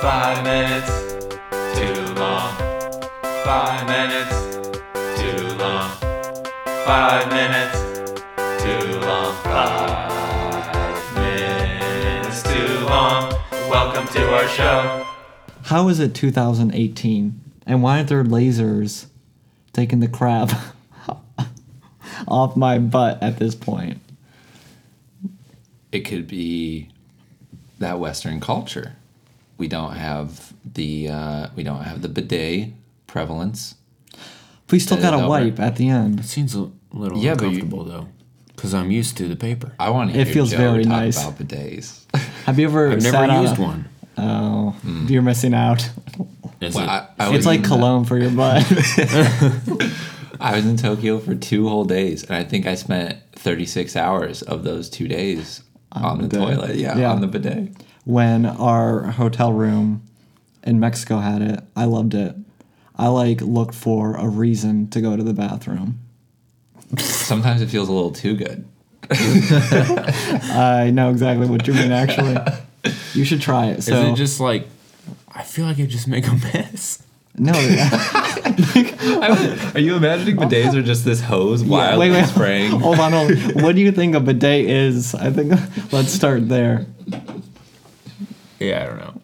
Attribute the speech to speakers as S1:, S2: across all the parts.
S1: Five minutes too long. Five minutes too long. Five minutes too long. Five minutes too long. Welcome to our show.
S2: How is it 2018? And why aren't there lasers taking the crap off my butt at this point?
S3: it could be that Western culture. We don't have the uh, we don't have the bidet prevalence.
S2: We still
S3: Did
S2: got
S3: it
S2: to
S3: over.
S2: wipe at the end.
S4: Seems a little
S3: Yeah, but you-
S4: uncomfortable though, because I'm used to the paper.
S3: I want to hear
S2: It feels
S3: Joe
S2: very
S3: talk
S2: nice.
S3: about bidets.
S2: Have you ever
S4: I've
S2: sat
S4: never
S2: on
S4: used
S2: a-
S4: one.
S2: Oh, you're missing out.
S4: Is
S3: Well,
S4: it?
S3: I, I
S2: It's
S3: was
S2: like
S3: in-
S2: cologne for your butt.
S3: I was in Tokyo for two whole days, and I think I spent 36 hours of those two days on, the
S2: bidet.
S3: toilet. Yeah,
S2: Yeah.
S3: on the bidet.
S2: when our hotel room in Mexico had it, I loved it. I like looked for a reason to go to the bathroom.
S3: Sometimes it feels a little too good.
S2: I know exactly what you mean. Actually, you should try it. So
S4: is it just like? I feel like I just make a mess.
S2: no,
S3: Are you imagining bidets are just this hose wildly
S2: wait, wait, Oh
S3: spraying?
S2: hold on, hold on. What do you think a bidet is? I think let's start there.
S4: Yeah, I don't know.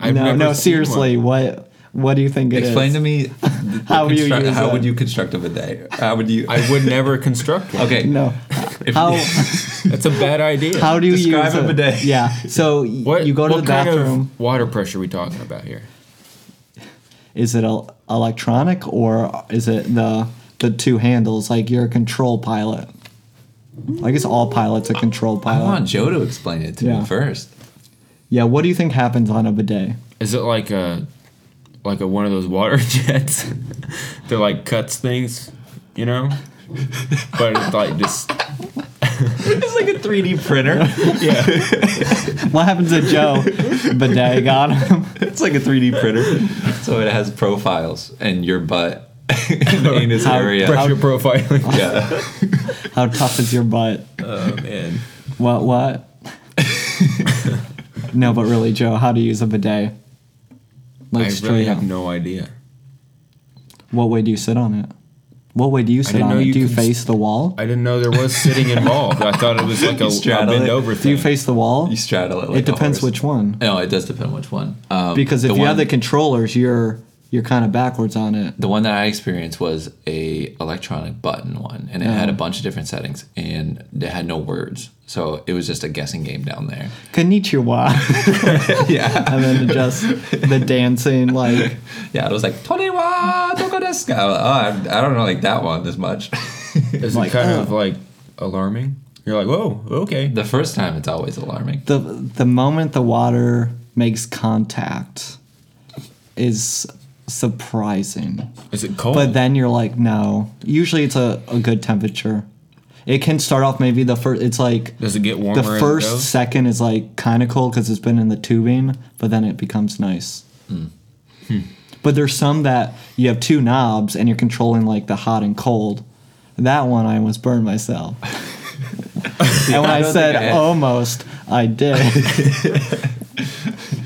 S4: I've
S2: No,
S4: never
S2: no,
S4: seen
S2: seriously,
S4: one.
S2: what what do you think it is?
S3: Explain to me the-
S2: How
S3: the
S2: you
S3: construct-
S2: use
S3: how
S2: that.
S3: would you construct a bidet? How would you?
S4: I would never construct one.
S3: okay,
S2: No,
S3: If-
S2: how
S4: That's a bad idea.
S2: how do you
S3: Describe
S2: use
S3: a bidet.
S2: Yeah, so y-
S4: What,
S2: you go to
S4: what
S2: the
S4: kind
S2: bathroom.
S4: of water pressure are we talking about here?
S2: is it el- electronic or is it the the two handles like you're a control pilot i guess all pilots are control
S3: I want
S2: pilot
S3: Joe to explain it to
S2: Yeah.
S3: me first.
S2: yeah what do you think happens on a bidet
S4: Is it like a like a one of those water jets that like cuts things, you know? But it's like just
S3: It's like a 3D printer.
S4: yeah.
S2: what happens to joe bidet got him
S3: it's like a 3D printer. So it has profiles and your butt and anus
S2: How
S3: area.
S4: Pressure profiling.
S3: Yeah.
S2: how tough is your butt
S4: Oh man.
S2: what what no but really joe how to use a bidet like
S4: I really
S2: straight up
S4: have no idea.
S2: what way do you sit on it what way do you sit
S4: didn't
S2: on
S4: know
S2: it
S4: you
S2: do you
S4: could
S2: face the wall
S4: I didn't know there was sitting involved. I thought it was like a,
S3: You
S4: a
S3: straddle
S4: bend
S3: it.
S4: over
S2: do
S4: thing.
S2: you face the wall
S3: You straddle it like
S2: it depends which one
S3: No, it does depend which one. Um,
S2: because if
S3: the
S2: you have
S3: one-
S2: the controllers, you're you're kind of backwards on it.
S3: the one that I experienced was a electronic button one, and it had a bunch of different settings, and it had no words, so it was just a guessing game down there.
S2: Konnichiwa,
S3: yeah,
S2: and then just the dancing like
S3: yeah, it was like twenty wa doko desu ka?" Oh, I, I don't know, like that one as much.
S4: Is
S2: Like,
S4: it kind
S2: oh.
S4: of like alarming? You're like, whoa, okay.
S3: the first time, it's always alarming.
S2: the the moment the water makes contact is surprising.
S4: Is it cold?
S2: But then you're like, no. Usually it's a, a good temperature. It can start off maybe the first. It's like
S4: Does it get warmer?
S2: the
S4: as it
S2: first
S4: goes?
S2: second is like kind of cold because it's been in the tubing, but then it becomes nice. Hmm. But there's some that you have two knobs and you're controlling like the hot and cold. That one I almost burned myself. and when I,
S3: don't
S2: said
S3: think I-
S2: almost, I did.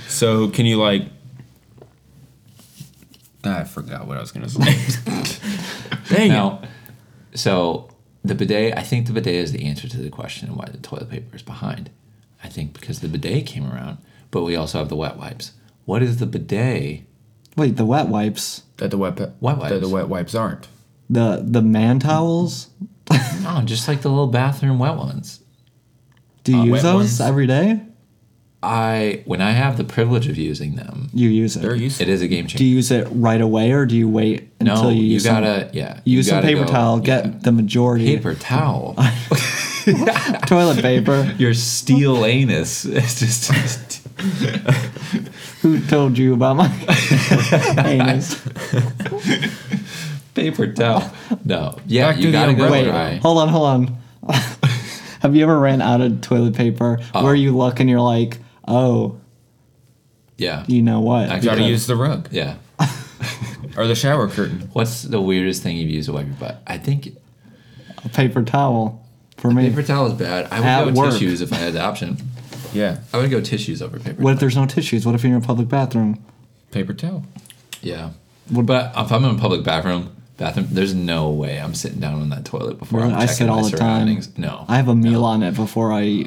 S4: So can you like? Ah, I forgot what I was gonna say. Dang
S3: Now, so the bidet, I think the bidet is the answer to the question why the toilet paper is behind. I think because the bidet came around, but we also have the wet wipes. What is the bidet?
S2: Wait, the wet wipes,
S4: That the wet, pa-
S3: Wet
S4: that the
S3: wipes.
S4: wet wipes aren't.
S2: the the man towels.
S3: No, just like the little bathroom wet ones.
S2: Do you
S4: Uh,
S2: use
S4: wet
S2: those
S4: ones?
S2: every day?
S3: I when I have the privilege of using them,
S2: You use
S4: They're
S2: it.
S4: useful.
S3: it is a game
S2: Do
S3: changer.
S2: you use it right away or do you wait until
S3: no,
S2: you
S3: you,
S2: use them?
S3: gotta yeah. you
S2: Use some
S3: gotta
S2: paper
S3: go-
S2: towel. Get
S3: yeah.
S2: the majority
S3: paper towel.
S2: toilet paper.
S3: Your steel anus is just,
S2: Who told you about my anus?
S3: paper towel. No, yeah,
S4: Back to
S3: you
S4: the
S3: gotta go
S4: umbrella.
S2: Wait,
S3: dry.
S2: hold on, hold on. Have you ever ran out of toilet paper where you look and you're like, oh,
S3: Yeah,
S2: you know what?
S3: I
S4: You gotta
S3: Yeah.
S4: use the rug
S3: yeah.
S4: or the shower curtain.
S3: What's the weirdest thing you've used to wipe your butt? I think
S2: a paper towel for me.
S3: paper towel is bad. I would
S2: At
S3: go with
S2: work.
S3: tissues if I had the option.
S4: Yeah.
S3: I would go tissues over paper.
S2: What if there's no tissues? What if you're in a public bathroom?
S4: Paper towel.
S3: Yeah.
S2: What-
S3: But if I'm in a public bathroom, bathroom, there's no way I'm sitting down on that toilet before
S2: Really?
S3: I'm
S2: I
S3: checking
S2: sit all
S3: my
S2: the time.
S3: surroundings. No.
S2: I have a meal on it before I eat.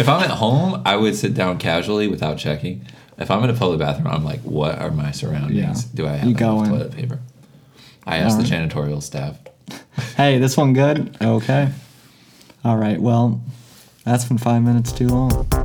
S3: if I'm at home, I would sit down casually without checking. If I'm in a public bathroom, I'm like, what are my surroundings?
S2: Yeah.
S3: Do I have
S2: You go
S3: enough
S2: in.
S3: toilet paper? I asked the janitorial staff.
S2: hey, this one good? Okay. All right, well, that's been five minutes too long.